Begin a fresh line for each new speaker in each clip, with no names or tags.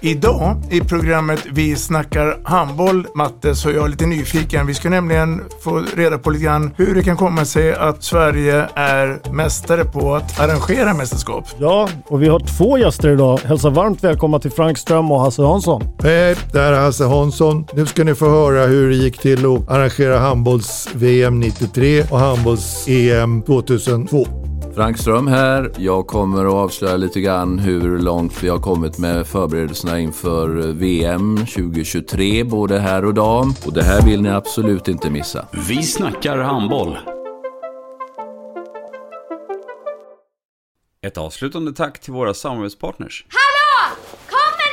Idag i programmet Vi snackar handboll, Matte, så jag är lite nyfiken. Vi ska nämligen få reda på lite grann hur det kan komma sig att Sverige är mästare på att arrangera mästerskap.
Ja, och vi har två gäster idag. Hälsa varmt välkomna till Frank Ström och Hasse Hansson.
Hej, det här är Hasse Hansson. Nu ska ni få höra hur det gick till att arrangera handbolls-VM 93 och handbolls-EM 2002.
Frank Ström här. Jag kommer att avslöja lite grann hur långt vi har kommit med förberedelserna inför VM 2023, både här och dam. Och det här vill ni absolut inte missa.
Vi snackar handboll. Ett avslutande tack till våra samarbetspartners.
Hallå! Kommer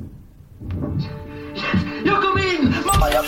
Jag kom in! Mamma, jag